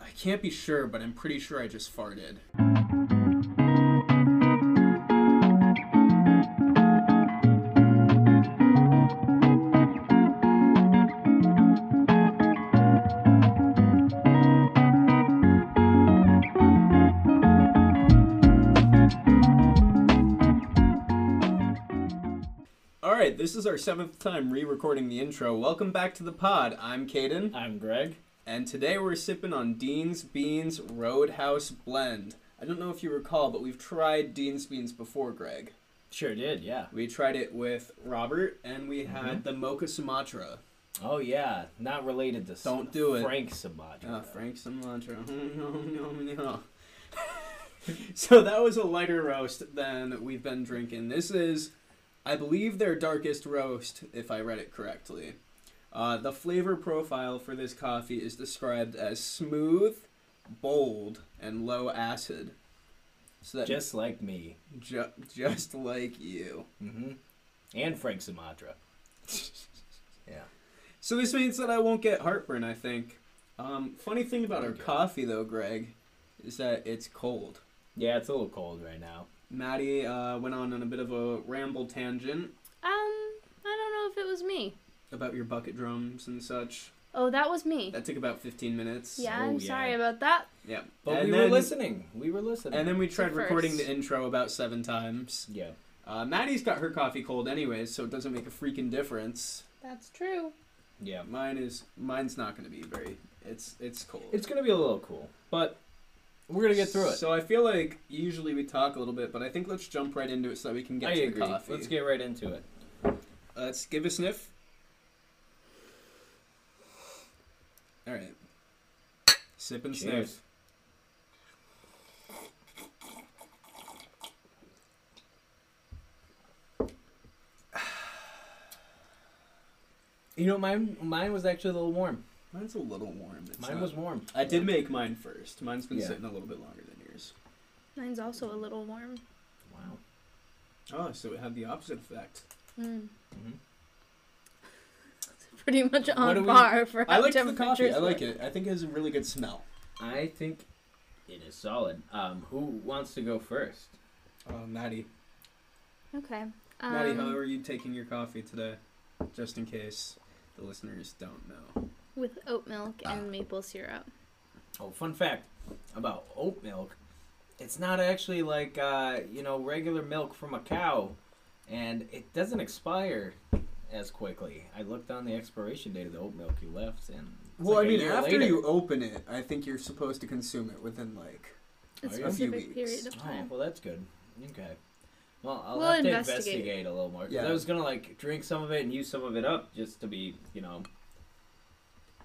I can't be sure, but I'm pretty sure I just farted. All right, this is our seventh time re-recording the intro. Welcome back to the pod. I'm Caden, I'm Greg. and today we're sipping on Dean's Beans Roadhouse Blend. I don't know if you recall, but we've tried Dean's Beans before, Greg. Sure did, yeah. We tried it with Robert, and we had the Mocha Sumatra. Oh yeah, not related to Don't do it. Frank Sinatra. Ah, Frank Sinatra. No, no, no. so that was a lighter roast than we've been drinking. This is, I believe, their darkest roast, if I read it correctly. Uh, the flavor profile for this coffee is described as smooth, bold, and low acid. So that Just like me. ju- just like you. hmm And Frank Sinatra. yeah. So this means that I won't get heartburn, I think. Um, funny thing about our Okay. coffee, though, Greg, is that it's cold. Yeah, it's a little cold right now. Maddie uh, went on on a bit of a ramble tangent Um, I don't know if it was me. about your bucket drums and such. Oh, that was me. That took about 15 minutes. Yeah, Oh, I'm yeah. sorry about that. Yeah. But and we then, were listening. We were listening. And then we tried So first. recording the intro about seven times. yeah. Uh, Maddie's got her coffee cold anyways, so it doesn't make a freaking difference. That's true. Yeah. Mine is mine's not going to be very. It's it's cold. It's gonna be a little cool, but we're gonna get through it. So I feel like usually we talk a little bit, but I think let's jump right into it so that we can get I to agree. the coffee. Let's get right into it. Uh, Let's give a sniff. All right. Sip and Cheers. sniff. You know, mine mine was actually a little warm. Mine's a little warm. It's Mine not- was warm. I did make mine first. Mine's been Yeah. sitting a little bit longer than yours. Mine's also a little warm. Wow. Oh, so it had the opposite effect. Mm. Mhm. Pretty much do on we- par for I how like the temperatures coffee. I were. like it. I think it has a really good smell. I think it is solid. Um, who wants to go first? Oh, Maddie. Okay. Maddie, how Um, are you taking your coffee today? Just in case the listeners don't know. with oat milk Ah. and maple syrup. Oh, fun fact about oat milk. It's not actually like uh, you know regular milk from a cow, and it doesn't expire as quickly. I looked on the expiration date of the oat milk you left, and it's Well, like I a mean, year after later. you open it, I think you're supposed to consume it within like. Are you? A A few weeks. specific period of Oh, time. well, that's good. Okay. Well, I'll We'll have to investigate. investigate. a little more. 'cause Yeah. I was gonna like drink some of it and use some of it up just to be, you know,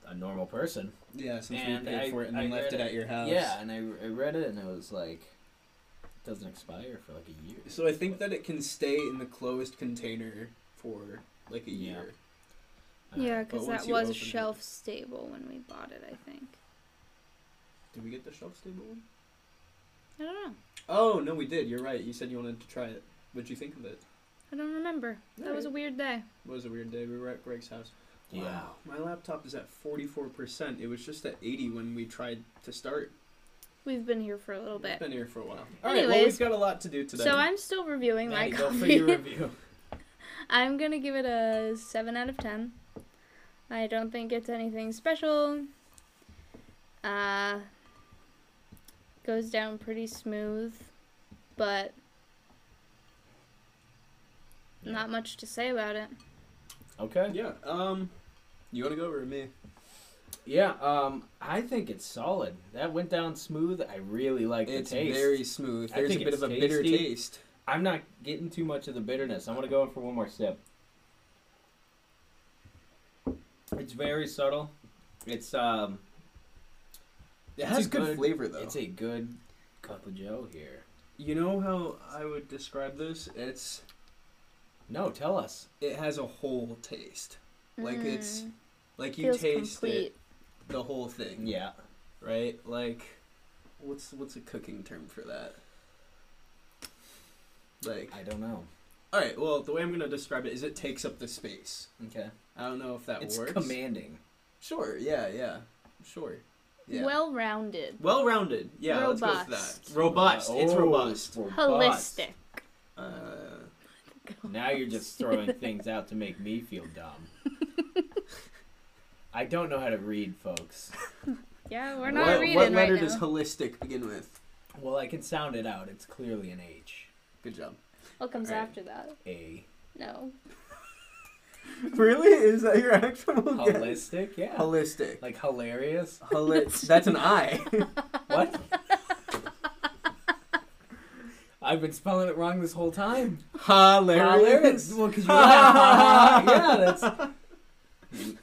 a normal person. Yeah, since And we paid I- for it and I then left read it it. at your house. Yeah, and I, I read it and it was like, it doesn't expire for like a year. So I think that it can stay in the closed container for like a Yeah. year. Uh, Yeah, But because once that you was open it- shelf stable when we bought it, I think. Did we get the shelf stable one? I don't know. Oh no, we did. You're right. You said you wanted to try it. What'd you think of it? I don't remember. That was a weird day. It was a weird day. We were at Greg's house. Yeah. My laptop is at 44%. It was just at 80 when we tried to start. We've been here for a little It's bit. been here for a while. All right, well, Anyways, we've got a lot to do today. So I'm still reviewing Maddie, my go for your coffee. review. I'm gonna give it a seven out of ten. I don't think it's anything special. Uh, goes down pretty smooth, but not much to say about it. Okay. Yeah. Um, you want to go over to me? Yeah. Um, I think it's solid. That went down smooth. I really like it's the taste. very smooth. I There's a think bit it's of a bitter tasty. taste. I'm not getting too much of the bitterness. I'm gonna go in for one more sip. It's very subtle. It's um, It It's has a good, good- flavor though. it's a good cup of Joe here. You know how I would describe this? It's No, tell us. it has a whole taste. Like it's Mm, like you feels taste complete. it, the whole thing, Yeah. right? Like what's what's a cooking term for that? Like I don't know. All right, well, the way I'm going to describe it is it takes up the space. Okay. I don't know if that it's works. commanding. Sure, yeah, yeah. Sure. Yeah. well rounded, well rounded. Yeah, let's go Robust. with that. Robust. It's Oh, robust. holistic. Uh, Now you're just throwing things out to make me feel dumb. I don't know how to read, folks. Yeah, we're not what, reading what letter right does now. holistic begin with? Well, I can sound it out. It's clearly an H. Good job. what comes Alright. after that? A. No. really? Is that your actual guess? Holistic? Yeah. Holistic. Like hilarious? Holi- That's an I. What? I've been spelling it wrong this whole time. Hilarious? Well, 'cause you laughed. yeah, that's.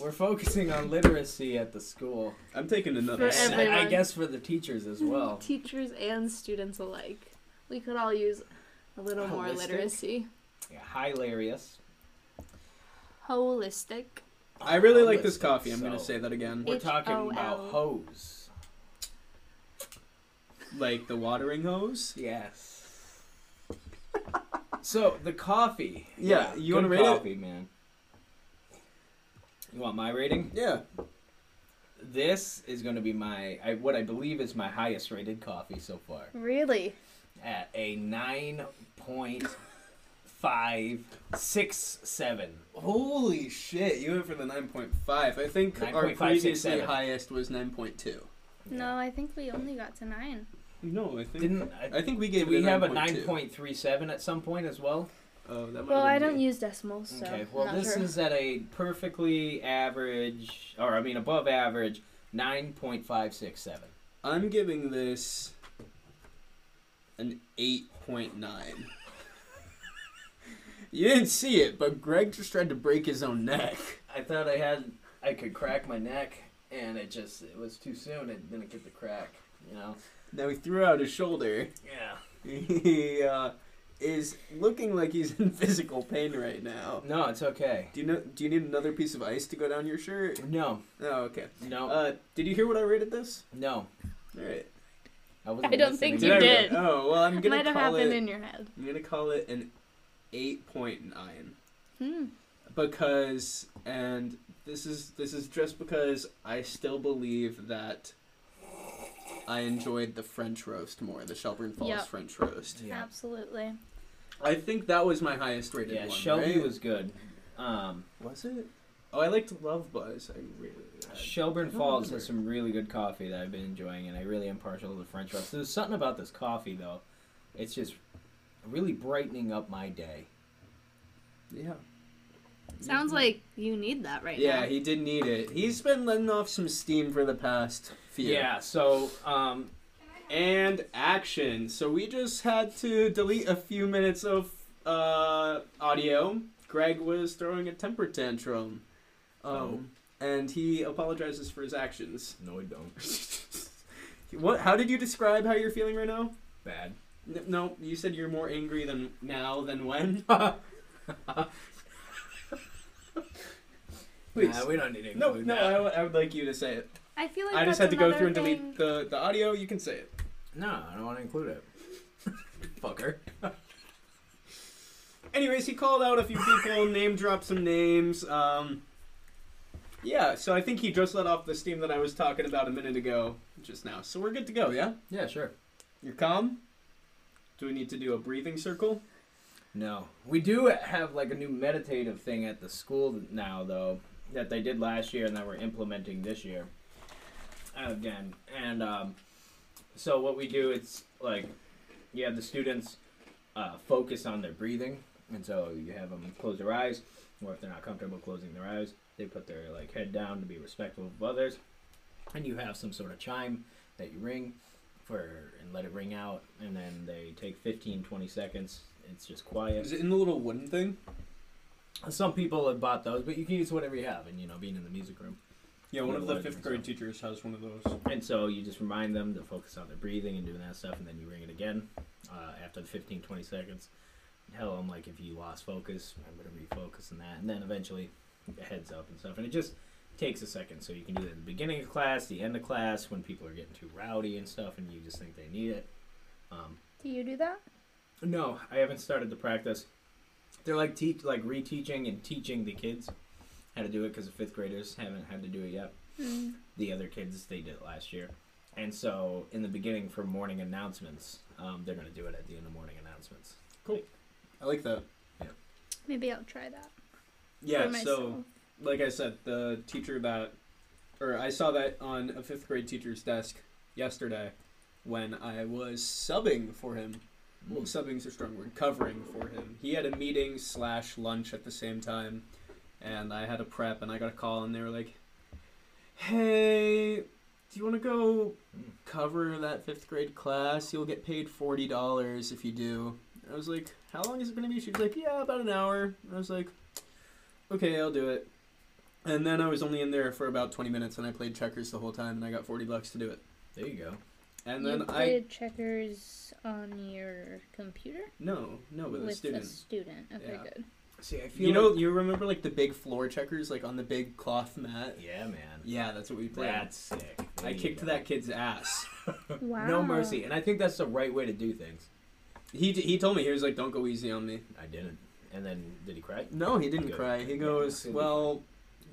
We're focusing on literacy at the school. I'm taking another. For sip. every- I everyone. guess for the teachers as well. Teachers and students alike. We could all use a little more Holistic? literacy. Yeah, hilarious. Holistic. I really like this Holistic, coffee. I'm gonna so- say that again. We're talking H-O-L. about hose. Like the watering hose. Yes. so the coffee. Yeah, you wanna good rate it? coffee, man. You want my rating? Yeah. This is going to be my I, what I believe is my highest rated coffee so far Really? at a nine point five six seven. Holy shit! You went for the 9.5. I think our 9.567. previously highest was 9.2. No, I think we only got to nine. No, I think. Didn't I, I think we gave did we it have a nine 9.2. point three seven at some point as well? Oh, that might Well, have I been don't you. use decimals, so Okay, well, I'm not this sure. is at a perfectly average, or I mean above average, 9.567. I'm giving this an 8.9. you didn't see it, but Greg just tried to break his own neck. I thought I had, I could crack my neck, and it just, it was too soon. It didn't get the crack, you know? Now he threw out his shoulder. Yeah. He uh, is looking like he's in physical pain right now. No, it's okay. Do you know? Do you need another piece of ice to go down your shirt? No, Oh, okay. no, Uh, did you hear what I rated this? no. All right. I, wasn't I don't think listening. you I- did. Oh well, I'm gonna Might have call happened it. in your head. I'm gonna call it an 8.9. Hmm. because and this is this is just because I still believe that I enjoyed the French roast more, the Shelburne Falls Yep. French roast. Yeah, Absolutely. I think that was my highest rated yeah one. Shelby right? was good. Um, was it? Oh, I liked Love Buzz. I really Shelburne I don't Falls remember. has some really good coffee that I've been enjoying, and I really am partial to the French roast. There's something about this coffee though; it's just really brightening up my day. yeah. Mhm. Sounds like you need that right yeah, now. he did need it. He's been letting off some steam for the past few. Yeah. So, um, And action. So we just had to delete a few minutes of uh, audio. Greg was throwing a temper tantrum. Um, And he apologizes for his actions. no, I don't. What? How did you describe how you're feeling right now? Bad. N- no, you said you're more angry than now than when. Please. Nah, we don't need to no, include no, that. I would- I would like you to say it. I feel like I just had that's to go another through and thing- delete the, the audio. You can say it. no, I don't want to include it. Fucker. anyways, he called out a few people, name dropped some names. Um, yeah, so I think he just let off the steam that I was talking about a minute ago, just now. So we're good to go, yeah? Yeah, sure. You're calm? Do we need to do a breathing circle? No, we do have like a new meditative thing at the school now though that they did last year and that we're implementing this year again. And um, so what we do, it's like you have the students uh, focus on their breathing, and so you have them close their eyes, or if they're not comfortable closing their eyes, they put their like head down to be respectful of others, and you have some sort of chime that you ring for and let it ring out, and then they take 15, 20 seconds. It's just quiet. Is it in the little wooden thing? Some people have bought those, but you can use whatever you have. And you know, being in the music room. Yeah, one of the fifth grade Wooden, teachers has one of those. And so you just remind them to focus on their breathing and doing that stuff, and then you ring it again uh, after the 15, 20 seconds. Tell them, like, if you lost focus, remember to refocus and that. And then eventually, heads up and stuff. And it just takes a second. So you can do it at the beginning of class, the end of class, when people are getting too rowdy and stuff, and you just think they need it. Um, Do you do that? no, I haven't started the practice. They're like teach, like reteaching and teaching the kids how to do it because the fifth graders haven't had to do it yet. Mm. the other kids they did it last year and so in the beginning for morning announcements um, they're going to do it at the end of morning announcements I like that. Maybe I'll try that. Yeah, for so myself. like I said, the teacher that, or I saw that on a fifth grade teacher's desk yesterday when I was subbing for him. Well, subbing's a strong word, covering for him. He had a meeting slash lunch at the same time, and I had a prep, and I got a call, and they were like, hey, do you want to go Mm. cover that fifth grade class? You'll get paid $40 if you do. I was like, how long is it going to be? She was like, yeah, about an hour. And I was like, okay, I'll do it. And then I was only in there for about 20 minutes, and I played checkers the whole time, and I got 40 bucks to do it. there you go And you then I. played checkers on your computer No, no, with, a student. student. Okay, Yeah. good. see i feel You know, you remember like the big floor checkers, like on the big cloth mat. yeah man Yeah, that's what we played. that's sick There I you kicked go. that kid's ass. Wow. no mercy and i think that's the right way to do things He he told me he was like, "Don't go easy on me." i didn't and then did he cry No, he didn't Good. cry. He goes, Yeah. "Well,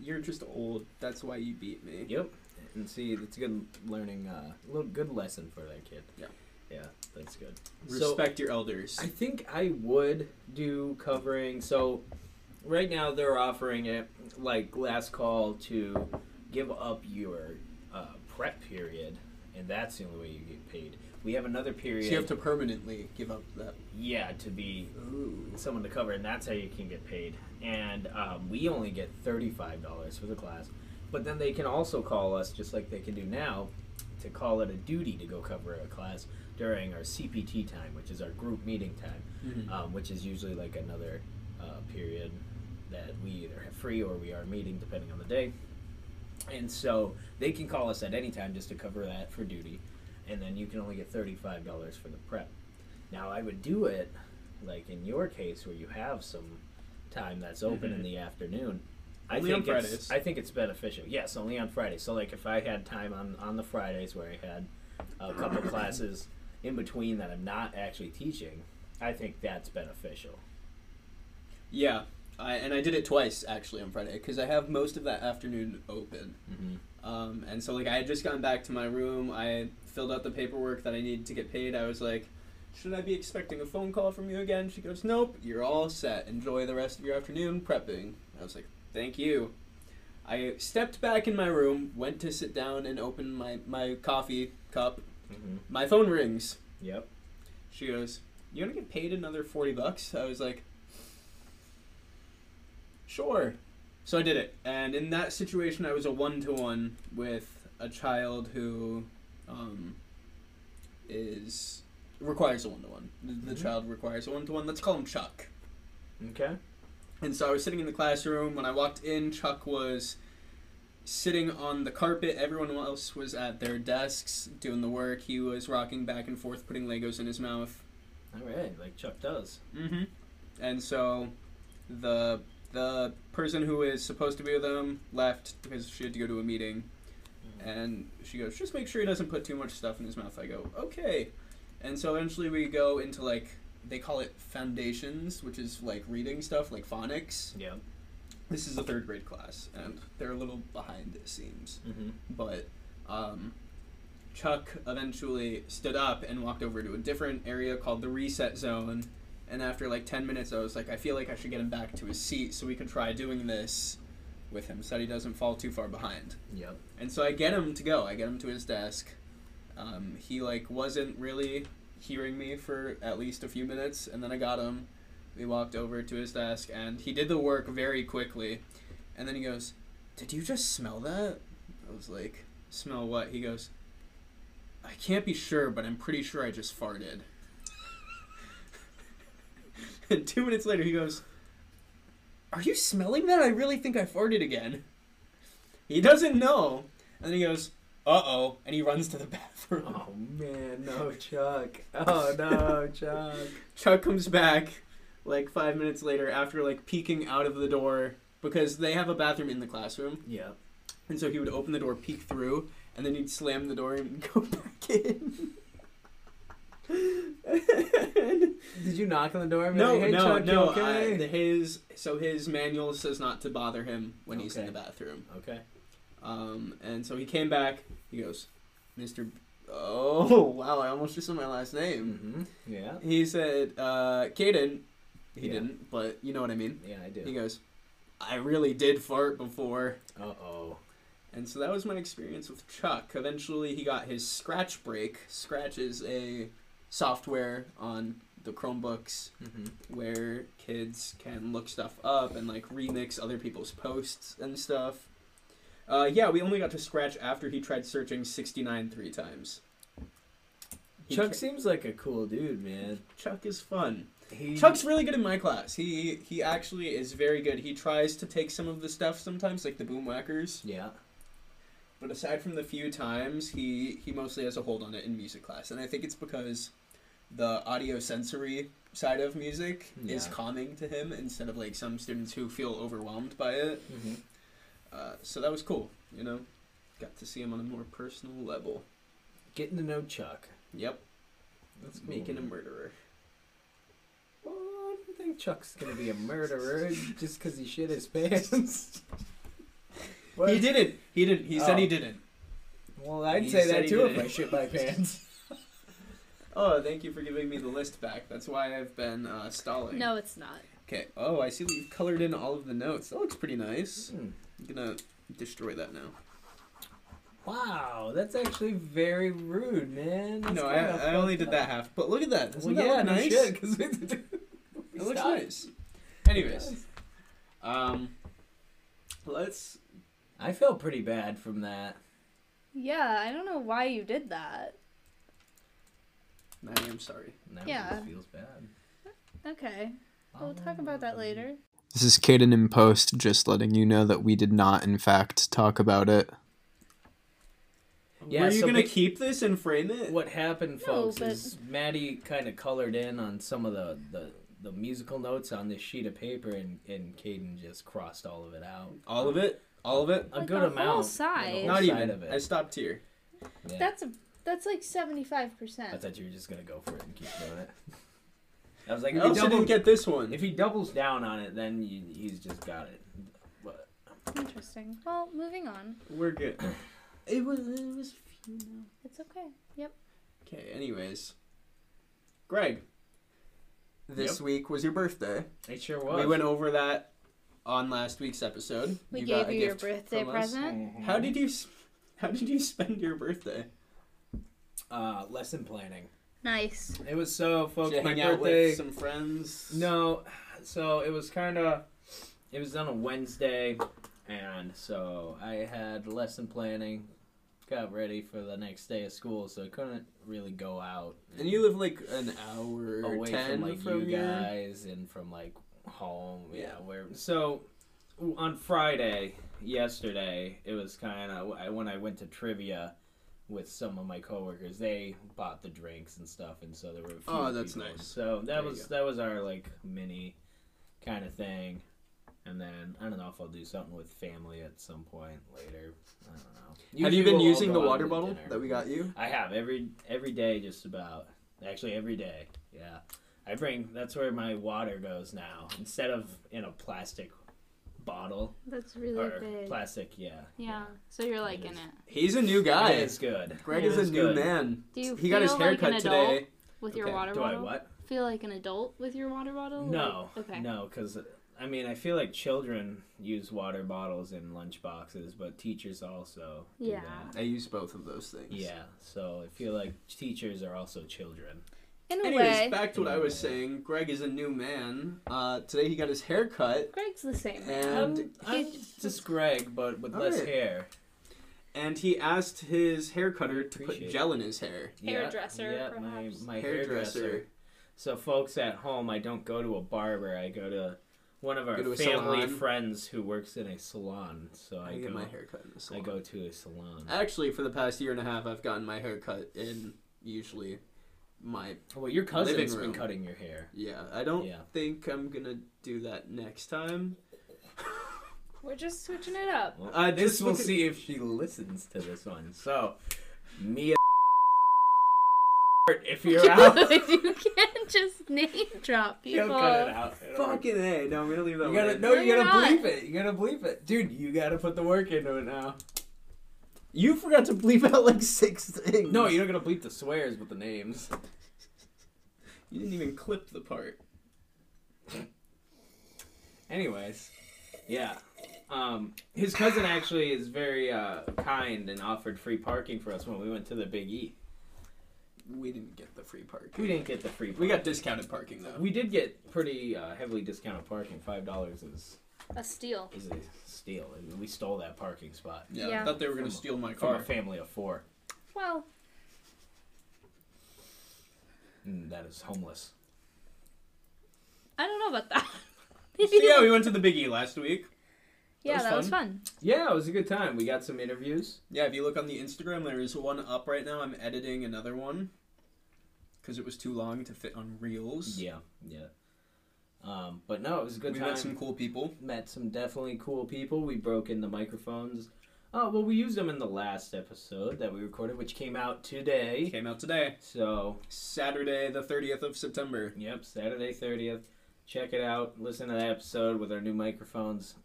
you're just old. That's why you beat me." yep and see it's a good learning uh little good lesson for that kid Yeah. yeah that's good So- Respect your elders. I think I would do covering. So right now they're offering it like last call to give up your uh, prep period, and that's the only way you get paid. We have another So period. you have to permanently give up that. yeah, to be Ooh. someone to cover, and that's how you can get paid. And um, we only get thirty-five dollars for the class, but then they can also call us, just like they can do now, to call it a duty to go cover a class during our CPT time, which is our group meeting time Mm-hmm. um, which is usually like another uh, period that we either have free or we are meeting depending on the day. And so they can call us at any time just to cover that for duty, and then you can only get $35 for the prep. Now, I would do it like in your case where you have some time that's open in Mhm. the afternoon. I Only on think it's- Fridays. I think it's beneficial. Yes, only on Fridays. So like if I had time on on the Fridays where I had a couple classes in between that I'm not actually teaching, I think that's beneficial. Yeah, I, and I did it twice actually on Friday because I have most of that afternoon open. Mm-hmm. Um, and so like I had just gotten back to my room. I had filled out the paperwork that I needed to get paid. I was like, should I be expecting a phone call from you again? She goes, nope, you're all set. Enjoy the rest of your afternoon prepping. I was like, thank you. I stepped back in my room, went to sit down and open my, my coffee cup. Mm-hmm. My phone rings. Yep. She goes, you want to get paid another 40 bucks? I was like, sure. So I did it. And in that situation, I was a one to one with a child who um, is requires a one to one. The Mhm. child requires a one to one. Let's call him Chuck. Okay. And so I was sitting in the classroom. When I walked in, Chuck was sitting on the carpet. Everyone else was at their desks doing the work. He was rocking back and forth, putting Legos in his mouth. All right. Like Chuck does. Mm-hmm. And so, the the person who is supposed to be with them left because she had to go to a meeting, and she goes, "Just make sure he doesn't put too much stuff in his mouth." I go, "Okay." And so eventually we go into like they call it foundations, which is like reading stuff, like phonics. Yep. This is a third grade class, and they're a little behind it seems Mm-hmm. but um, Chuck eventually stood up and walked over to a different area called the reset zone. And after like 10 minutes, I was like, I feel like I should get him back to his seat so we can try doing this with him so that he doesn't fall too far behind. Yep. And so I get him to go, I get him to his desk. Um, he like wasn't really hearing me for at least a few minutes, and then I got him. We walked over to his desk, and he did the work very quickly. And then he goes, "Did you just smell that?" I was like, "Smell what?" He goes, "I can't be sure, but I'm pretty sure I just farted." and two minutes later, he goes, "Are you smelling that? I really think I farted again." He doesn't know, and then he goes, "Uh oh," and he runs to the bathroom. Oh man, no Chuck. Oh no Chuck. Chuck comes back like five minutes later after like peeking out of the door because they have a bathroom in the classroom. Yep. And so he would open the door, peek through, and then he'd slam the door and go back in. Did you knock on the door? and be no, like, hey, no, Chuck, you no. Okay. I, his so his manual says not to bother him when he's in Okay. the bathroom. okay. Um, and so he came back. He goes, Mr. B- Oh, wow, I almost just said my last name. Mm-hmm. Yeah. He said, uh, Caden. He Yeah. didn't, but you know what I mean. Yeah, I He do. goes, I really did fart before. Uh oh. And so that was my experience with Chuck. Eventually, he got his Scratch break. Scratch is a software on the Chromebooks Mm-hmm. where kids can look stuff up and like remix other people's posts and stuff. Uh, yeah, we only got to Scratch after he tried searching 69 three times. He Chuck ca- seems like a cool dude, man. Chuck is fun. He, Chuck's really good in my class. He he actually is very good. He tries to take some of the stuff sometimes, like the boomwhackers. Yeah. But aside from the few times, he he mostly has a hold on it in music class, and I think it's because the audio sensory side of music is Yeah. calming to him instead of like some students who feel overwhelmed by it. Mm-hmm. Uh, so that was cool, you know. Got to see him on a more personal level. Getting to know Chuck. Yep, That's cool. making a murderer. Well, I don't think Chuck's gonna be a murderer just because he shit his pants. What? He didn't. He didn't. He said Oh. he didn't. Well, I'd He say said that he too did if it. I shit my pants. Oh, thank you for giving me the list back. That's why I've been uh, stalling. No, it's not. Okay. Oh, I see. We've colored in all of the notes. That looks pretty nice. Hmm. I'm gonna destroy that now. Wow, that's actually very rude, man. That's No, kinda I, I only fucked did up. that half. But look at that. Doesn't Well, that yeah, look no nice? shit, 'cause we did it. We It looks stopped. nice. It Anyways, does. um, let's. I felt pretty bad from that. Yeah, I don't know why you did that. I am sorry. Now Yeah. It just feels bad. Okay. We'll talk about Um, that later. This is Caden in post, just letting you know that we did not, in fact, talk about it. Yeah, Were you so gonna ba- keep this and frame it? What happened, No, folks, but- is Maddie kind of colored in on some of the, the, the musical notes on this sheet of paper, and, and Caden just crossed all of it out. All of it? All of it? A Like good the whole amount. like the side. whole Not side even. Of I it. stopped here. Yeah. That's a that's like seventy five I percent. thought you were just gonna go for it and keep doing it. I was like, I if he, also doubles, didn't get this one. if he doubles down on it, then you, he's just got it. But Interesting. Well, moving on. We're good. it was. It was. few now. It's okay. Yep. Okay. Anyways, Greg. This Yep. week was your birthday. it sure was. We went over that on last week's episode. We got gave a you your gift birthday from us. present. How did you s- how did you spend your birthday? uh, lesson planning? Nice. It was so, folks. Did you my hang out birthday. with some friends? No, so it was kind of. It was on a Wednesday, and so I had lesson planning. Got ready for the next day of school, so I couldn't really go out. And you live like an hour or away ten from like you your- guys and from like home. Yeah, Yeah. where so on Friday yesterday it was kind of when I went to trivia with some of my coworkers. They bought the drinks and stuff, and so there were. A few Oh, that's people. nice. So that There you was that was our like mini kind of thing. And then I don't know if I'll do something with family at some point later. I don't know. Have you Usually been we'll all using go the out water to bottle dinner. that we got you? I have every every day, just about. Actually, every day. Yeah, I bring. That's where my water goes now. Instead of in a plastic bottle That's really or big. plastic. Yeah. yeah. So you're like, liking in it. is. He's a new It guy. is good. Greg Yeah. is a It's new good. man. Do you he got his feel like haircut an today. adult with your Okay, water Do I bottle? what? Feel like an adult with your water bottle? No. Oh, Like- okay. No, because I mean, I feel like children use water bottles in lunch boxes, but teachers also. do Yeah. that. I use both of those things. Yeah. So I feel like teachers are also children. In a way, Anyways, back to what I was saying. Greg is a new man. Uh, today he got his hair cut, Greg's the same. Um, And I'm, I'm just Greg, but with less Alright. hair. and he asked his hair cutter to put Appreciate it. gel in his hair. Hairdresser, yeah, perhaps. My, my hairdresser. So, folks at home, I don't go to a barber. I go to one of our Go to a family salon. friends who works in a salon. So I, I go. get my hair cut in the I salon. go to a salon. Actually, for the past year and a half, I've gotten my hair cut in usually my well, your cousin's living been room. Oh. cutting your hair. yeah. I don't Yeah. think I'm gonna do that next time. We're just switching it up. Well, Uh, this just we'll look at- see if she listens to this one. So, me. If you're out, you can't just name drop you'll people. cut it out. It'll work Fucking a! No, I'm gonna leave that. You gotta one. no, No, you you're gotta not. bleep it. You gotta bleep it, dude. You gotta put the work into it now. You forgot to bleep out like six things. No, you're not gonna bleep the swears with the names. You didn't even clip the part. Anyways, yeah. Um, his cousin actually is very uh, kind and offered free parking for us when we went to the Big E. We didn't get the free parking. We didn't get the free. We got discounted parking though. We did get pretty uh, heavily discounted parking. Five dollars is A steal. is a steal. and We stole that parking spot yeah, I Yeah. thought they were gonna steal my from a car. family of four. Well, Mm, that is homeless. I don't know about that. See how we went to the Big E last week? yeah, was that was fun. Yeah, it was a good time. We got some interviews. Yeah, if you look on the Instagram, there is one up right now. I'm editing another one because it was too long to fit on reels. Yeah, yeah. Um, but no, it was a good we time. met some cool people. met some definitely cool people. We broke in the microphones. Oh, well, we used them in the last episode that we recorded, which came out today. Came out today, So, Saturday, the 30th of September. yep, Saturday 30th. Check it out. Listen to that episode with our new microphones.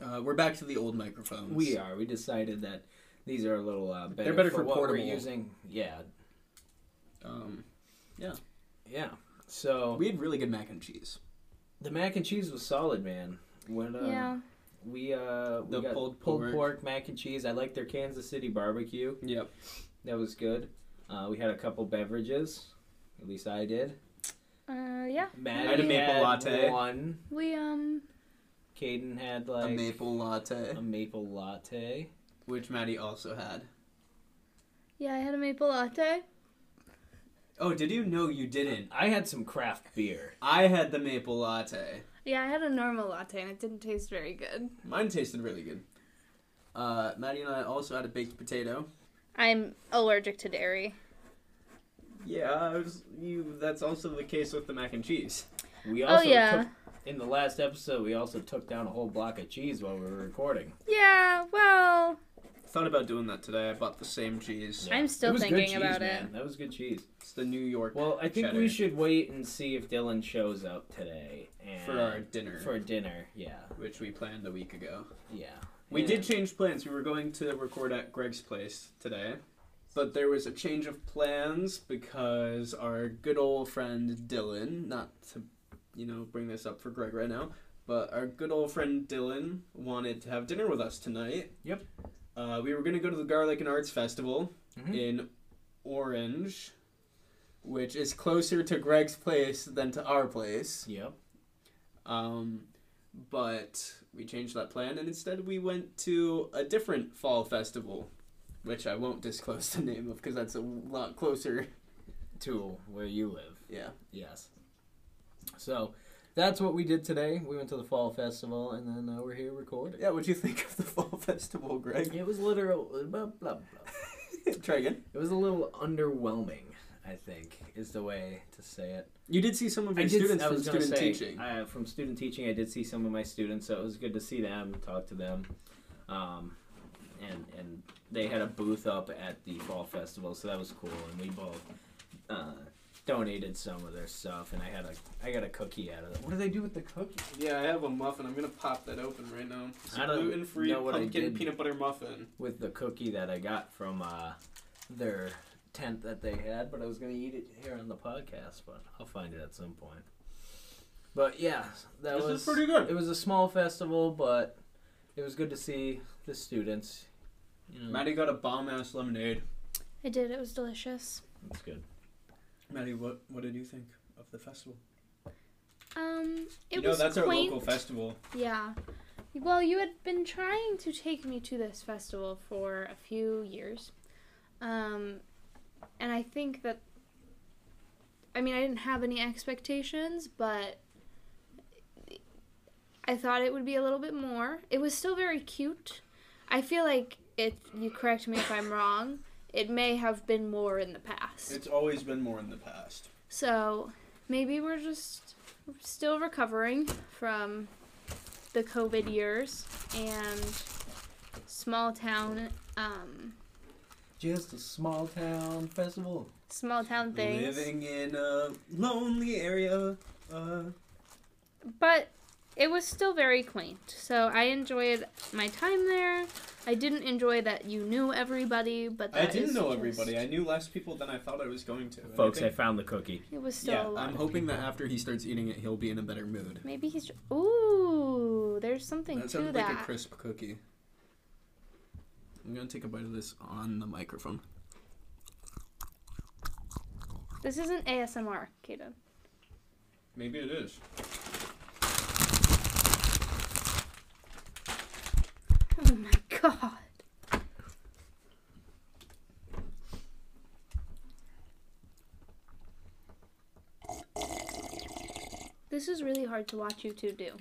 Um, Uh, we're back to the old microphones. we are. We decided that these are a little uh, better, They're better for, for what portable. we're using. Yeah, Um, yeah. So, we had really good mac and cheese. the mac and cheese was solid, man. When, uh, yeah. We, uh, we The got pulled pork. pork, mac and cheese. I like their Kansas City barbecue. Yep. That was good. Uh, we had a couple beverages. At least I did. Uh, yeah. Maddie I had a maple had latte. One. We um. Caden had like a maple latte, a maple latte. which Maddie also had. Yeah, I had a maple latte. Oh, did you? No, you didn't. I had some craft beer. I had the maple latte. Yeah, I had a normal latte and it didn't taste very good. Mine tasted really good. Uh, Maddie and I also had a baked potato. I'm allergic to dairy. Yeah, I was, you. That's also the case with the mac and cheese. We also Oh, yeah. took, in the last episode we also took down a whole block of cheese while we were recording. Yeah. Well, Thought about doing that today. I bought the same cheese. I'm still It was good thinking cheese, about man. That was good cheese. It's the New York Well, I think Cheddar. we should wait and see if Dylan shows up today and for our dinner, for dinner. Yeah, which we planned a week ago. yeah. We Yeah. did change plans. We were going to record at Greg's place today, but there was a change of plans because our good old friend Dylan, not to, you know, bring this up for Greg right now, but our good old friend Dylan wanted to have dinner with us tonight. Yep. Uh, we were going to go to the Garlic and Arts Festival Mhm. in Orange, which is closer to Greg's place than to our place. Yep. Um, but we changed that plan and instead we went to a different fall festival, which I won't disclose the name of because that's a lot closer. To where you live. Yeah. Yes. So that's what we did today. We went to the fall festival, and then uh, we're here recording. Yeah, what'd you think of the fall festival, Greg? It was literal. Blah, blah, blah. Try again. It was a little underwhelming. I think is the way to say it. You did see some of I your did. students I from was gonna student say, teaching. uh, from student teaching, I did see some of my students, so it was good to see them, talk to them, um, and and they had a booth up at the fall festival, so that was cool. And we both uh, donated some of their stuff, and I had a I got a cookie out of it. What do they do with the cookie? Yeah, I have a muffin. I'm gonna pop that open right now. It's I a don't gluten-free know what I pumpkin did. peanut butter muffin. with the cookie that I got from uh, their tent that they had, but I was gonna eat it here on the podcast, but I'll find it at some point. But yeah, that This is was pretty good. It was a small festival, but it was good to see the students. You know, Maddie got a bomb ass lemonade. I did. It was delicious. it's good. Maddie, what what did you think of the festival? Um, it you know, was that's our quaint. local festival. Yeah. Well, you had been trying to take me to this festival for a few years. Um, and I think that. I mean, I didn't have any expectations, but I thought it would be a little bit more. It was still very cute. I feel like it. You correct me if I'm wrong. It may have been more in the past. It's always been more in the past. So maybe we're just still recovering from the COVID years and small town, um, Just a small town festival. small town things. Living in a lonely area. Uh, But it was still very quaint. So I enjoyed my time there. I didn't enjoy that you knew everybody, but I that didn't is know just- everybody. I knew less people than I thought I was going to. and I Folks, I think- found the cookie. It was still yeah, a lot. I'm hoping that after he starts eating it, he'll be in a better mood. Maybe he's ooh. There's something That to sounded that. like a crisp cookie. I'm gonna take a bite of this on the microphone. this isn't ASMR, Kaden. Maybe it is. Oh my god. This is really hard to watch you two do.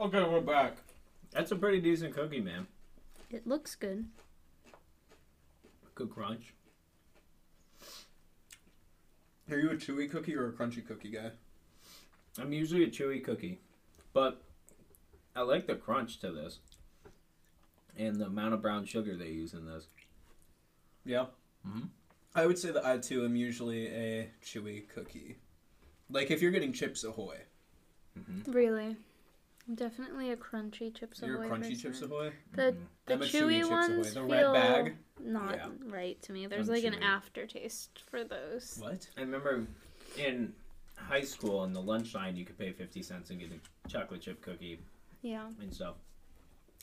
Okay, we're back. That's a pretty decent cookie, man. It looks good. Good crunch. Are you a chewy cookie or a crunchy cookie guy? I'm usually a chewy cookie, but I like the crunch to this and the amount of brown sugar they use in this. Yeah. Mhm. I would say that I too am usually a chewy cookie. Like if you're getting Chips Ahoy, Really. I'm definitely a crunchy chips you're Ahoy a crunchy person. Chips Ahoy. The the I'm a chewy chewy Chips Ahoy. ones The feel red bag? not Yeah. right to me. There's I'm like an chewy. aftertaste for those. What? I remember in high school in the lunch line, you could pay 50 cents and get a chocolate chip cookie Yeah. and stuff.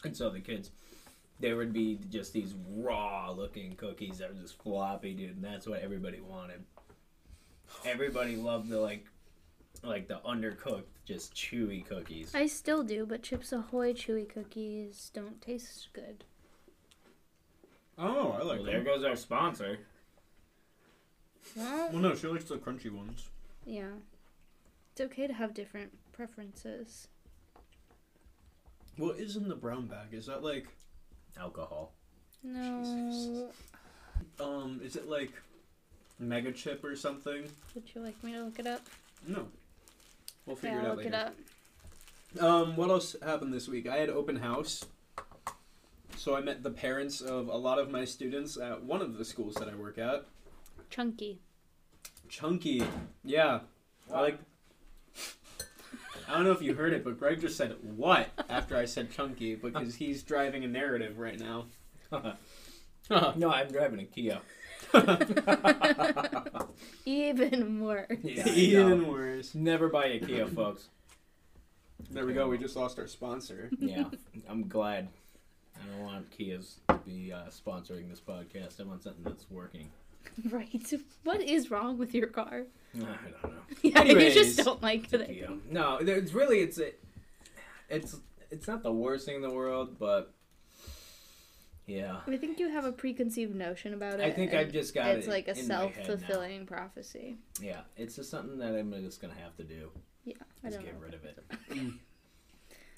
And so the kids, there would be just these raw looking cookies that were just floppy, dude, and that's what everybody wanted. Everybody loved the like, like the undercooked, just chewy cookies. I still do, but Chips Ahoy chewy cookies don't taste good. Oh, I like Well, there them. goes our sponsor. Well, Well, no, she likes the crunchy ones. yeah. It's okay to have different preferences. What is in the brown bag? Is that like, Alcohol. No. Jesus. um, is it like Mega Chip or something? Would you like me to look it up? No. We'll Okay, figure I'll it out look later. it up. Um, what else happened this week? I had open house. So I met the parents of a lot of my students at one of the schools that I work at. Chunky. Chunky. Yeah. I like I don't know if you heard it, but Greg just said what after I said chunky because he's driving a narrative right now. no, I'm driving a Kia. Even worse. Yeah, I know. Even worse. Never buy a Kia, folks. There we go. We just lost our sponsor. Yeah, I'm glad. I don't want Kias to be uh, sponsoring this podcast. I want something that's working. Right. What is wrong with your car? I don't know. Yeah, you Anyways. just don't like it. Kia. No, it's really it's a, it's it's not the worst thing in the world, but yeah, I think you have a preconceived notion about it. I think and I've just got It's it like a in my head now. self-fulfilling prophecy. Yeah, it's just something that I'm just gonna have to do. Yeah, I Just don't get know. rid of it. Mm.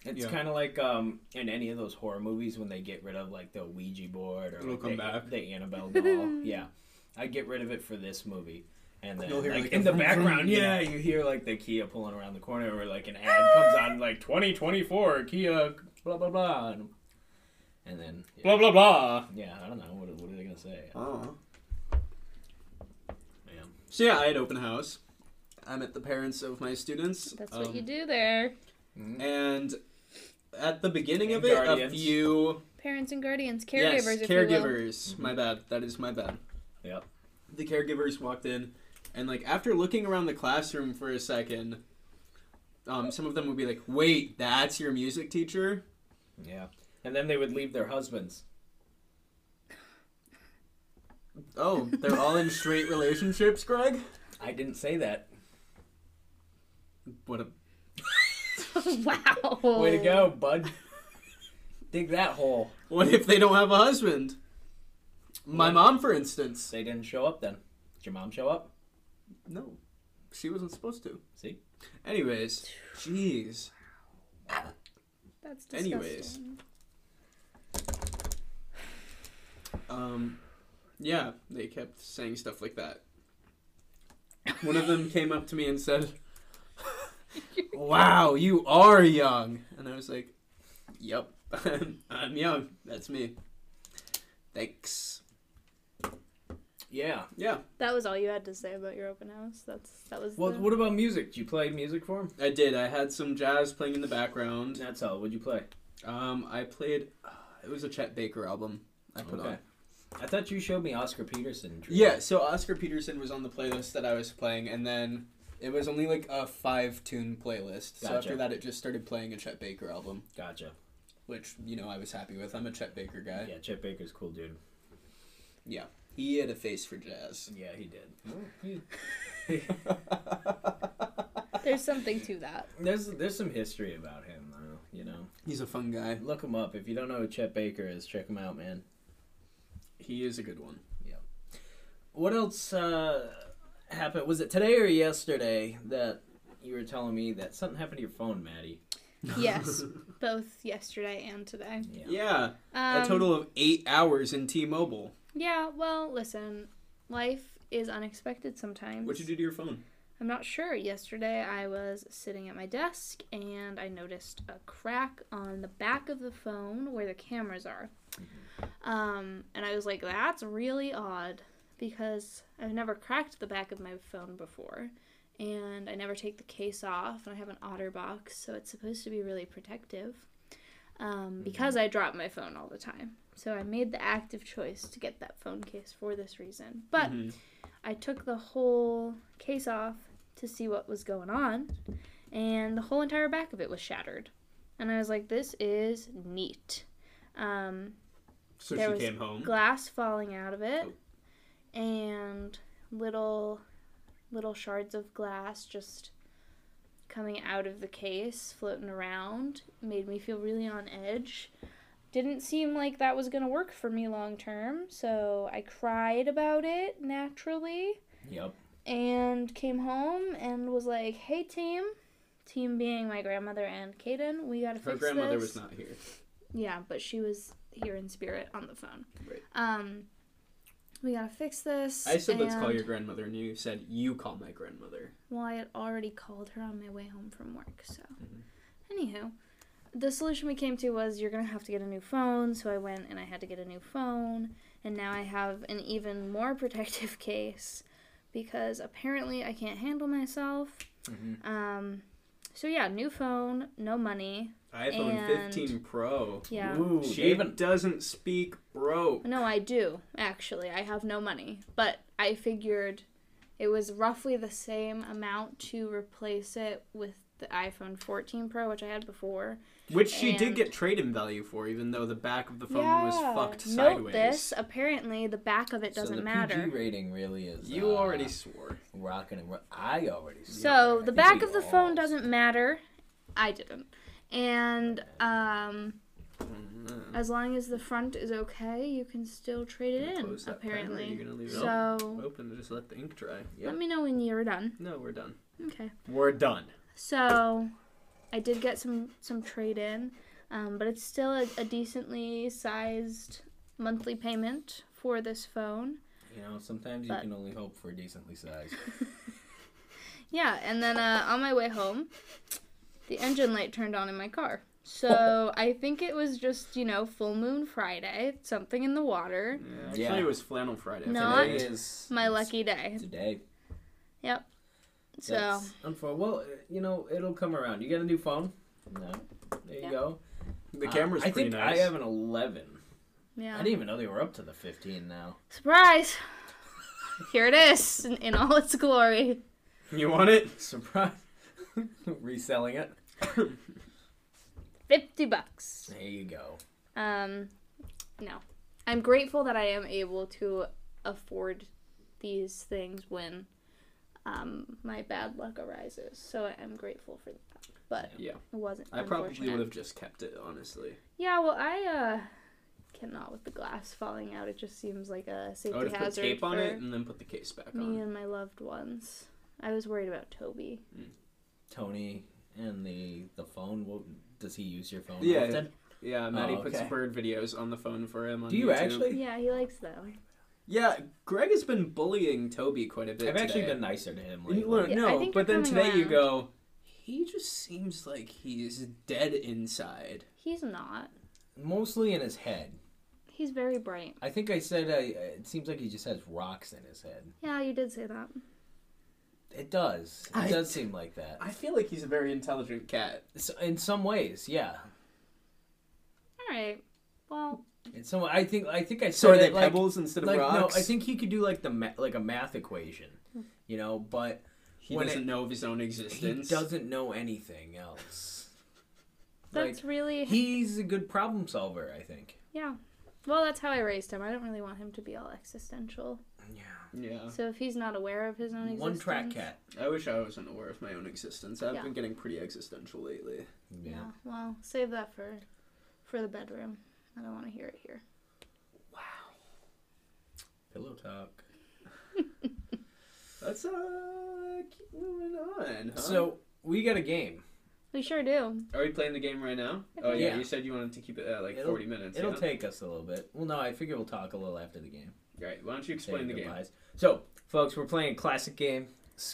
It's Yeah. kind of like um, in any of those horror movies when they get rid of like the Ouija board or It'll like, come the, back. the Annabelle doll. yeah, I get rid of it for this movie, and then You'll hear, like, like, in a the vroom, vroom. background, yeah, you hear like the Kia pulling around the corner, or like an ad comes on like 2024 Kia blah blah blah, and, and then yeah. Blah blah blah. Yeah, I don't know what what are they gonna say? Oh. Man. So yeah, I had open house. I met the parents of my students. That's Um, what you do there. And at the beginning And of it, guardians. a few Parents and guardians, yes, caregivers, if you caregivers. My bad. That is my bad. Mm-hmm. Yep. The caregivers walked in, and like after looking around the classroom for a second, um, some of them would be like, "Wait, that's your music teacher." Yeah, and then they would leave their husbands. Oh, they're all in straight relationships, Greg. I didn't say that. What a will. wow. Way to go, bud. Dig that hole. what if they don't have a husband? My mom, for instance. They didn't show up then. Did your mom show up? No, she wasn't supposed to. See? Anyways, jeez. That's disgusting. Anyways. Um, yeah, they kept saying stuff like that. One of them came up to me and said, "Wow, you are young," and I was like, Yep. I'm young. That's me. Thanks. Yeah. Yeah, That was all you had to say about your open house. That's that was. Well, the... what about music? Did you play music for him? I did. I had some jazz playing in the background. That's all. What'd you play? Um, I played. Uh, it was a Chet Baker album. I put on. I thought you showed me Oscar Peterson. Drew. Yeah, so Oscar Peterson was on the playlist that I was playing, and then it was only like a five tune playlist. So Gotcha. after that, it just started playing a Chet Baker album, Gotcha. which, you know, I was happy with. I'm a Chet Baker guy. Yeah, Chet Baker's cool dude. He had a face for jazz. Yeah, he did. There's something to that. There's there's some history about him though. You know, He's a fun guy. look him up if you don't know who Chet Baker is. Check him out, man. He is a good one. What else uh, happened? Was it today or yesterday that you were telling me that something happened to your phone, Maddie? Yes, both yesterday and today. Yeah. Um, a total of eight hours in T Mobile. Yeah. Well, listen, life is unexpected sometimes. What'd you do to your phone? I'm not sure. Yesterday, I was sitting at my desk and I noticed a crack on the back of the phone where the cameras are. Um, and I was like, that's really odd because I've never cracked the back of my phone before. And I never take the case off, and I have an otter box, so it's supposed to be really protective um, because I drop my phone all the time. So I made the active choice to get that phone case for this reason. But Mhm. I took the whole case off to see what was going on, and the whole entire back of it was shattered. And I was like, this is neat. Um, So there she was came home. glass falling out of it, and little, little shards of glass just coming out of the case, floating around. Made me feel really on edge. Didn't seem like that was going to work for me long term, so I cried about it naturally Yep. and came home and was like, "Hey, team." Team being my grandmother and Kaden, we gotta Her fix grandmother this. was not here. Yeah, but she was here in spirit on the phone. Right. Um, we gotta fix this. I said, let's call and- your grandmother, and you said, you call my grandmother. Well, I had already called her on my way home from work, so. Mhm. Anywho, the solution we came to was you're gonna have to get a new phone, so I went and I had to get a new phone, and now I have an even more protective case because apparently I can't handle myself. Mhm. Um, so yeah, new phone, no money. iPhone And- 15 Pro. Yeah. Ooh, She they even doesn't speak broke. No, I do actually. I have no money, but I figured it was roughly the same amount to replace it with the iPhone 14 Pro, which I had before. Which she did And- get trade-in value for, even though the back of the phone was fucked Note sideways. this. uh, Apparently, the back of it so doesn't the matter. PG rating really is. You uh, already swore. rocking and ro- I already. So swore. the I think back we of the all- phone doesn't matter. I didn't. And um, as long as the front is okay, you can still trade it Gonna in. close that pen, or are you Apparently. gonna leave it So Open Oh, and just let the ink dry. let me know when you're done. No, we're done. Okay. We're done. So I did get some some trade in, um, but it's still a, a decently sized monthly payment for this phone. You know, sometimes you But- can only hope for a decently sized. Yeah, and then uh, on my way home, the engine light turned on in my car. So I think it was just you know full moon Friday, something in the water. actually, Yeah. it was Flannel Friday. Not Today is My it's lucky day. Today. Yep. So That's unfor- well, uh, you know, it'll come around. You got a new phone? No. There you Yeah. go. The Uh, camera's I pretty think nice. I have an 11. I yeah, didn't even know they were up to the 15 now. surprise! Here it is in, in all its glory. You want it? Surprise. Reselling it. Fifty bucks. There you go. Um, no. I'm grateful that I am able to afford these things when um, my bad luck arises. So I am grateful for that. But Yeah. it wasn't. I probably unfortunate. would have just kept it, honestly. Yeah, well, I uh, cannot with the glass falling out. It just seems like a I would safety have put hazard tape on for it and then put the case back me on. and my loved ones. I was worried about Toby. Tony and the the phone. Well, does he use your phone Yeah. often? Yeah, Maddie Oh, puts okay. bird videos on the phone for him. On Do you YouTube. actually? Yeah, he likes them. Yeah, Greg has been bullying Toby quite a bit. I've actually today. been nicer to him And lately. you learn- Yeah, I no, think but you're then coming today you around. go. he just seems like he's dead inside. He's not. Mostly in his head. He's very bright. I think I said uh, it seems like he just has rocks in his head. Yeah, you did say that. It does. It I- does seem like that. I feel like he's a very intelligent cat. So- in some ways, yeah. All right. Well, In some, I think I think I said So are they it, like, pebbles instead of like no, rocks? I think he could do like the ma- like a math equation, you know, but he when doesn't it- know of his own he existence. doesn't know anything else. that's like really he's a good problem solver, I think. yeah. Well, that's how I raised him. I don't really want him to be all existential. Yeah. Yeah, So if he's not aware of his own existence, One track cat. I wish I wasn't aware of my own existence. I've Yeah. been getting pretty existential lately. Yeah. Well, save that for for the bedroom. I don't want to hear it here. Pillow talk. Let's uh keep moving on. Huh? So we got a game. We sure do. are we playing the game right now? I Oh think- yeah, Yeah. you said you wanted to keep it uh, like It'll- forty minutes. It'll yeah? take us a little bit. Well, no, I figure we'll talk a little after the game. Right. Why don't you Say explain the game? goodbyes. So, folks, we're playing classic game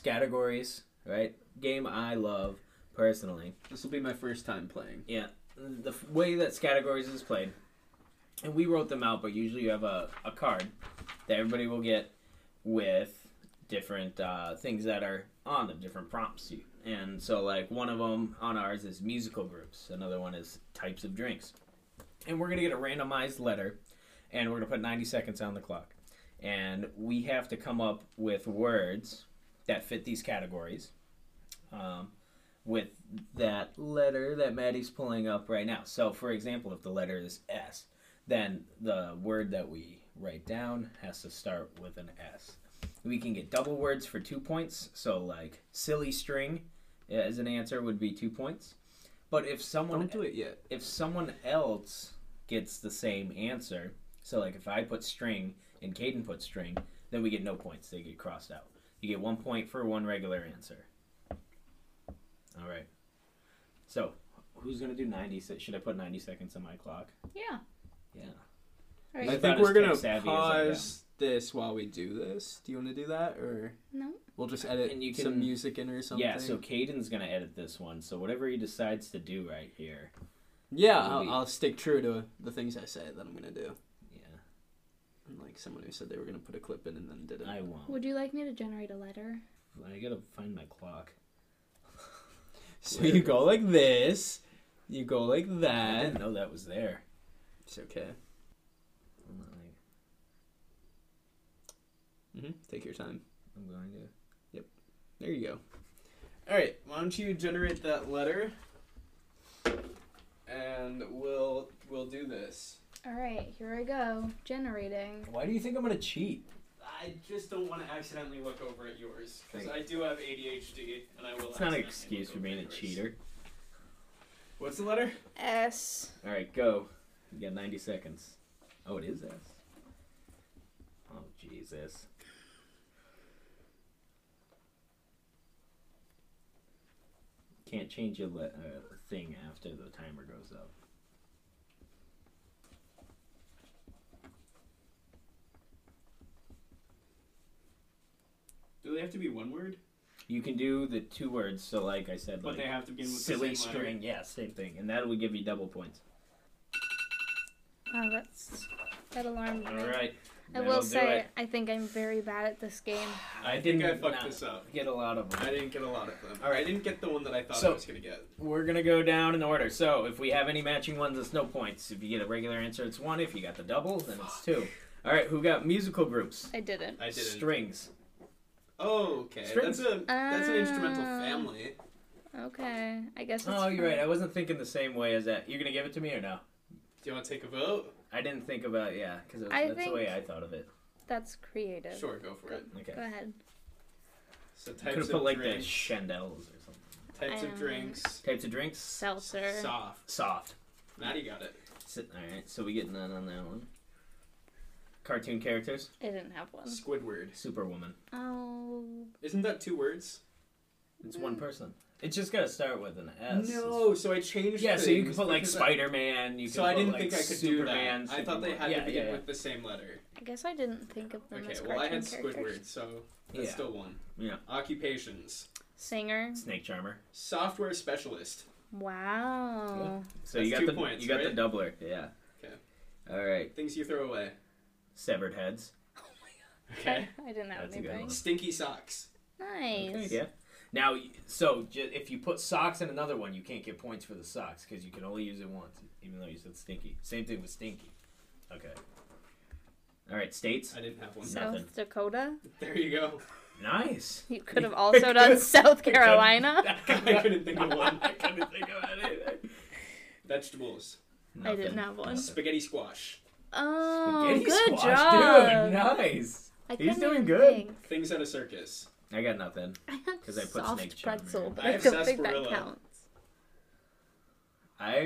categories, right? Game I love personally. This will be my first time playing. Yeah, the f- way that categories is played, and we wrote them out, but usually you have a, a card that everybody will get with different uh, things that are on the different prompts. You and so like one of them on ours is musical groups, another one is types of drinks, and we're gonna get a randomized letter, and we're gonna put ninety seconds on the clock, and we have to come up with words that fit these categories. Um, with that letter that Maddie's pulling up right now. So, for example, if the letter is S, then the word that we write down has to start with an S. We can get double words for two points. So, like silly string as an answer would be two points. But if someone Don't do it yet. if someone else gets the same answer, so like if I put string and Caden put string, then we get no points. They get crossed out. You get one point for one regular answer. All right. So who's gonna do ninety? se- Should I put ninety seconds on my clock? Yeah. Yeah. All I right. Like- think about we're as gonna tech-savvy as I am. pause this while we do this. Do you want to do that, or No. we'll just edit And you some can- music in or something? Yeah. So Caden's gonna edit this one. So whatever he decides to do right here. yeah, maybe- I'll, I'll stick true to the things I say that I'm gonna do. Yeah. Unlike someone who said they were gonna put a clip in and then didn't. I won't. Would you like me to generate a letter? I gotta find my clock. So you go like this, you go like I that. didn't know that was there. It's okay. I'm not like- hmm Take your time. I'm going to. There you go. All right, why don't you generate that letter, and we'll we'll do this. All right. Here I go. Generating. Why do you think I'm gonna cheat? I just don't want to accidentally look over at yours because Thank I do have ADHD, and I will. It's not an accidentally excuse look for over being a at yours. cheater. What's the letter? S. All right, go. You got 90 seconds. Oh, it is S. Oh, Jesus. Can't change your le- uh, thing after the timer goes up. Do they have to be one word? You can do the two words, so like I said, But like they have to begin with silly the same letter. string. Yeah, same thing. And that will give you double points. Wow, that's that alarmed me. All right. I that'll will do say, it. I think I'm very bad at this game. I, I think I didn't fucked not this up. Get a lot of them. I didn't get a lot of them. All right. I didn't get the one that I thought I So- was gonna get. We're gonna go down in order. So if we have any matching ones, it's no points. If you get a regular answer, it's one. If you got the double, then it's two. All right, who got musical groups? I didn't. I didn't. Strings. oh, okay. Strings. That's a that's an instrumental Ah. family. Okay. I guess. It's Oh, you're fine. right. I wasn't thinking the same way as that. You're gonna give it to me or no? Do you want to take a vote? I didn't think about yeah, because I that's think- the way I thought of it. That's creative. Sure, go for it. Okay. Go ahead. So Could types have of put like the drinks, chandels or something. types Um, of drinks, Types of drinks. Seltzer. soft. Soft. Maddie got it. S- All right. So we get none on that one. Cartoon characters. I didn't have one. Squidward. Superwoman. Oh. Isn't that two words? It's one Mm. person. It's just gotta start with an S. No, so I changed. Yeah, so you can things put like because I- Spider Man. You can So I put, didn't like, think I could Superman, do that. I thought they had Superwoman. to yeah, begin yeah, with the same letter. I guess I didn't think of them Okay, as well I had cartoon characters. Squidward, so that's Yeah. still one. Yeah. Occupations. Singer. Snake charmer. Software specialist. Wow. So That's you got two the points, you got right? the doubler. Yeah. Okay. All right. Things you throw away. Severed heads. Okay. I, I didn't have That's a good anything. Stinky socks. Nice. Okay, yeah. Now, y- so j- if you put socks in another one, you can't get points for the socks because you can only use it once, even though you said stinky. Same thing with stinky. Okay. All right, states. I didn't have one. South Nothing. Dakota. There you go. Nice. You could have also done South Carolina. I couldn't think of one. I couldn't think of anything. Vegetables. I didn't have one. Spaghetti squash. Oh, Spaghetti good squash, job. Dude, nice. I He's couldn't doing even good. think. Things at a circus. I got nothing. I had 'Cause I put soft snake charm pretzel, in. but I I, have don't think that sarsaparilla. counts. I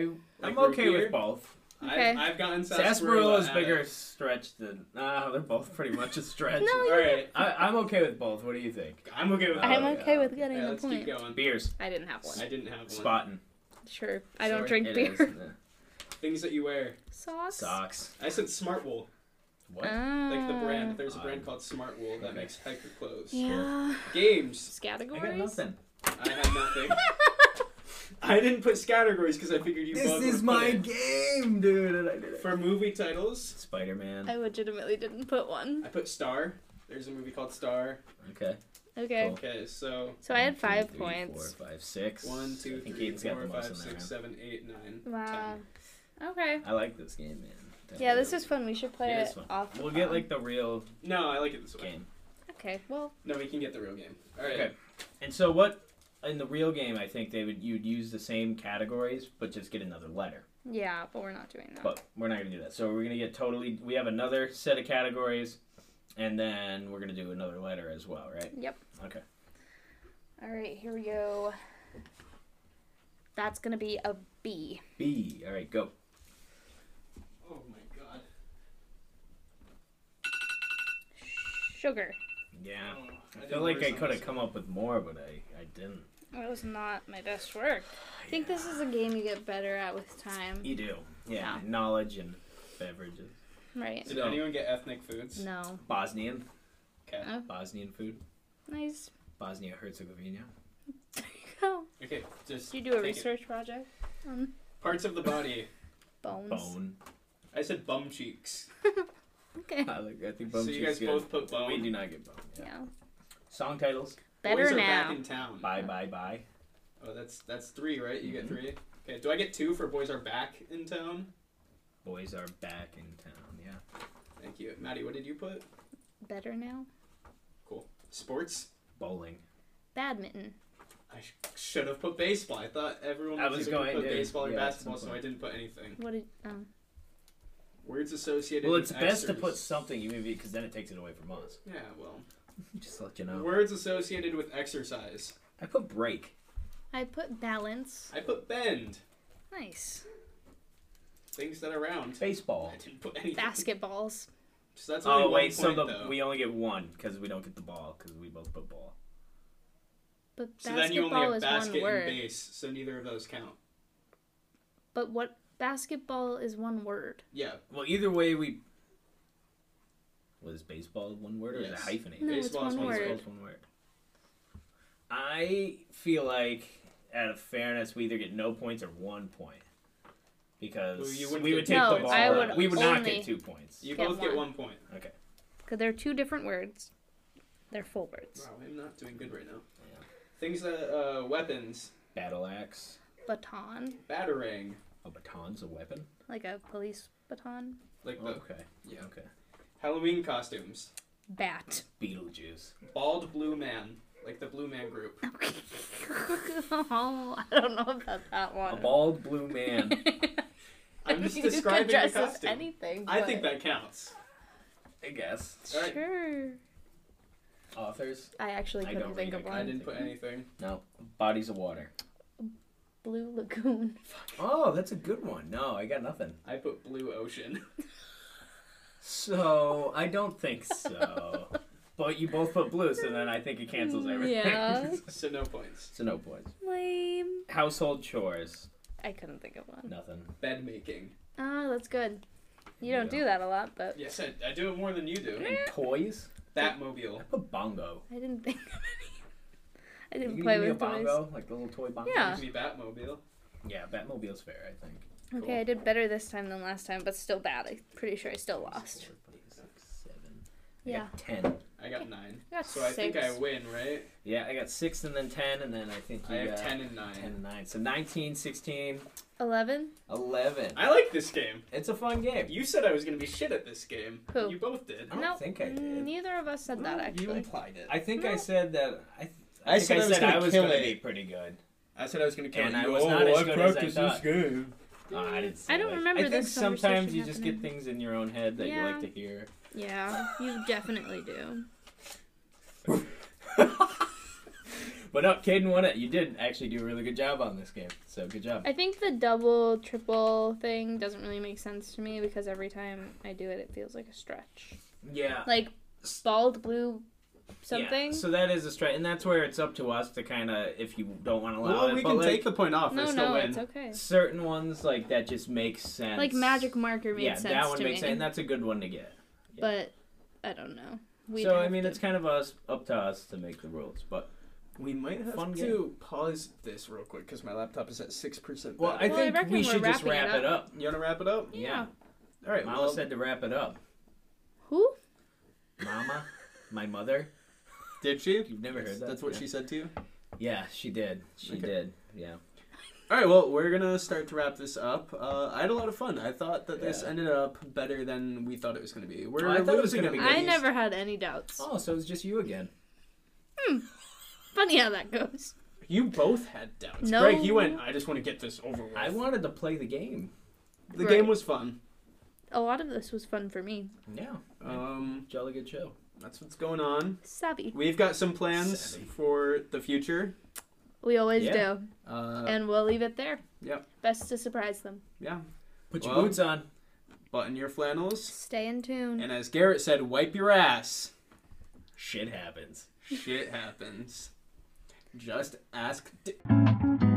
Like I'm root okay beer? with both. Okay. I've, I've gotten sarsaparilla. Sarsaparilla is at bigger it. stretch than. Ah, they're both pretty much a stretch. No, All right. I, I'm okay with both. What do you think? I'm okay with that. I'm Oh, okay yeah. with getting Yeah, the let's keep point. going. Beers, I didn't have one. I didn't have one. spotting. Sure, I don't Sorry, drink It beer. is, uh, Things that you wear. Sauce. Socks. I said smart wool. What? Uh, Like the brand. There's a Ah. brand called Smart Wool that Okay. makes hiker clothes. Mm. Yeah. Games. I got Oh. Categories. nothing. I had nothing. I didn't put categories because I figured you both would put it. game, dude. And I did For movie titles, Spider Man. I legitimately didn't put one. I put Star. There's a movie called Star. Okay. Okay. Cool. Okay, so So I One, had two, five three, points. Four, five, six. one, I two, think three, Aiden's got four, the most five, in there, six, huh? seven, eight, nine, Wow. ten. Okay. I like this game, man. Yeah, this is fun. We should play Yeah, it, it's fun. off. the We'll get phone. like the real No, I like it this way. game. Okay. Well. No, we can get the real game. All right. Okay. And so what? In the real game, I think they would you'd use the same categories, but just get another letter. Yeah, but we're not doing that. But we're not gonna do that. So we're gonna get totally. We have another set of categories, and then we're gonna do another letter as well, right? Yep. Okay. All right. Here we go. That's gonna be a B. B. All right, go. Oh my god. Sugar. Yeah. Oh, I didn't feel like order I some could this have come up with more, but I, I didn't. That was not my best work. I think this is a game you get better at with time. You do. Yeah. Yeah. Knowledge and beverages. Right. one. Did No. anyone get ethnic foods? No. Bosnian. Okay. Oh, Bosnian food. nice. Bosnia Herzegovina. There you go. Okay, just Did you do a take it. research project on Parts of the body. bones? Bone. I said bum cheeks. Okay. I like- I think So bone you cheeks guys good. both put bone? We do not get bone. Yeah. Yeah. Song titles. Better Boys are now. back in town. Bye bye bye. Oh, that's that's three, right? You get Mhm. three. Okay. Do I get two for boys are back in town? Boys are back in town. Yeah. Thank you, Maddie. What did you put? Better now. Sports. Bowling. Badminton. I sh- should have put baseball. I thought everyone I was, was either gonna going put to, baseball or yeah, at some basketball, so point. I didn't put anything. What did? Um, Words associated. well, with it's best to Xers. put something you maybe because then it takes it away from us. Yeah, well, Just let you know. words associated with exercise. I put break. I put balance. I put bend. Nice. Things that are round. Baseball. I didn't put anything. Basketballs. So that's only Oh one wait, so point, the, though. we only get one because we don't get the ball because we both put ball. But so then you only basketball have is basket one and word. base, so neither of those count. But what? Basketball is one word. Yeah, Well, either way, we was baseball one word or is it Yes. hyphenated? No, Baseball it's is one one word. Baseball's one word. I feel like, out of fairness, we either get no points or one point because Well, you wouldn't we get would two take the points ball. for out. that. we would not Only- get two points. you Get both get one. one point. Okay. Because they're two different words. They're full words. Wow, I'm not doing good right now. Yeah. Things that uh, weapons, Battle axe. Baton, batarang, A baton's a weapon. like a police baton. like Oh, the okay. yeah. Okay. Halloween costumes, Bat. Beetlejuice. bald blue man, like the Blue Man Group. oh, I don't know about that A one. bald blue man. I I'm just mean, you could describing the dress as costume. anything. I think but- that counts. I guess. All right. Sure. Authors. I actually I couldn't don't think read of it. I I'm one. didn't put thinking- anything. No. Bodies of water. Blue Lagoon. Oh, that's a good one. No, I got nothing. I put blue ocean. So I don't think so. but you both put blue, so then I think it cancels everything. Mm, Yeah. so no points. so no points. Lame. Household chores. I couldn't think of one. Nothing. Bed making. Oh, that's good. You don't Yeah. do that a lot, but Yes, I, I do it more Eh. than you do. And toys. Batmobile. I put bongo. I didn't think of any. I didn't you can play give me with a toys. bongo, like the little toy bongo. Yeah. Give me Batmobile. Yeah, Batmobile's fair, I think. Okay, Cool. I did better this time than last time, but still bad. I'm pretty sure I still lost. Four, five, six, seven. I Yeah. got ten. I got nine. I got So I think I six. win, right? Yeah, I got six and then ten, and then I think I you have got ten and nine. 10 and nine. So 19, 16, Eleven? 11. I like this game. It's a fun game. You said I was gonna be shit at this game. Who? You both did. I don't No, think I did. Mm, Neither of us said that You actually. implied it. I think I No. said that. I, th- I think said I was gonna kill gonna it. be pretty good. I said I was gonna kill And you. I was oh, not as I good as I practiced this thought. game. Oh, I didn't. Say I don't that. remember I think this sometimes conversation you just get happening. things in your own head that you like to hear. Yeah, you definitely do. But no, Caden won it. You did actually do a really good job on this game. So good job. I think the double, triple thing doesn't really make sense to me because every time I do it, it feels like a stretch. Yeah. Like bald blue something. Yeah, so that is a strike, and that's where it's up to us to kind of, if you don't want to allow Well, it, we but can like, take the point off. I no, still no, win. it's okay. certain ones like that just makes sense. Like magic marker made yeah, sense that one to makes me, sense. And that's a good one to get. yeah. but I don't know. We'd so I have mean, to- it's kind of us up to us to make the rules. But We might have Fun to game. pause this real quick because my laptop is at six percent. well, I Well, I think reckon we we're should just wrapping wrap it it up. you want to wrap it up? Yeah. All right. Mama well, said to wrap it up. who? Mama, my mother. did she? You've never heard that. That's what yeah. she said to you. Yeah, she did. She Okay. did. Yeah. All right. Well, we're gonna start to wrap this up. Uh, I had a lot of fun. I thought that this Yeah. ended up better than we thought it was gonna be. We're I thought it was losing gonna be against- I never had any doubts. Oh, so it's just you again. Funny how that goes. You both had doubts. No. Greg, you went. I just want to get this over with. I wanted to play the game. the Right. game was fun. A lot of this was fun for me. Yeah. Um, Jolly good show. that's what's going on. Savvy. We've got some plans Savvy. for the future. We always Yeah. do. Uh, And we'll leave it there. Yep. Best to surprise them. yeah. Put your Well- boots on. Button your flannels. Stay in tune. And as Garrett said, wipe your ass. Shit happens. Shit happens. Just ask. D-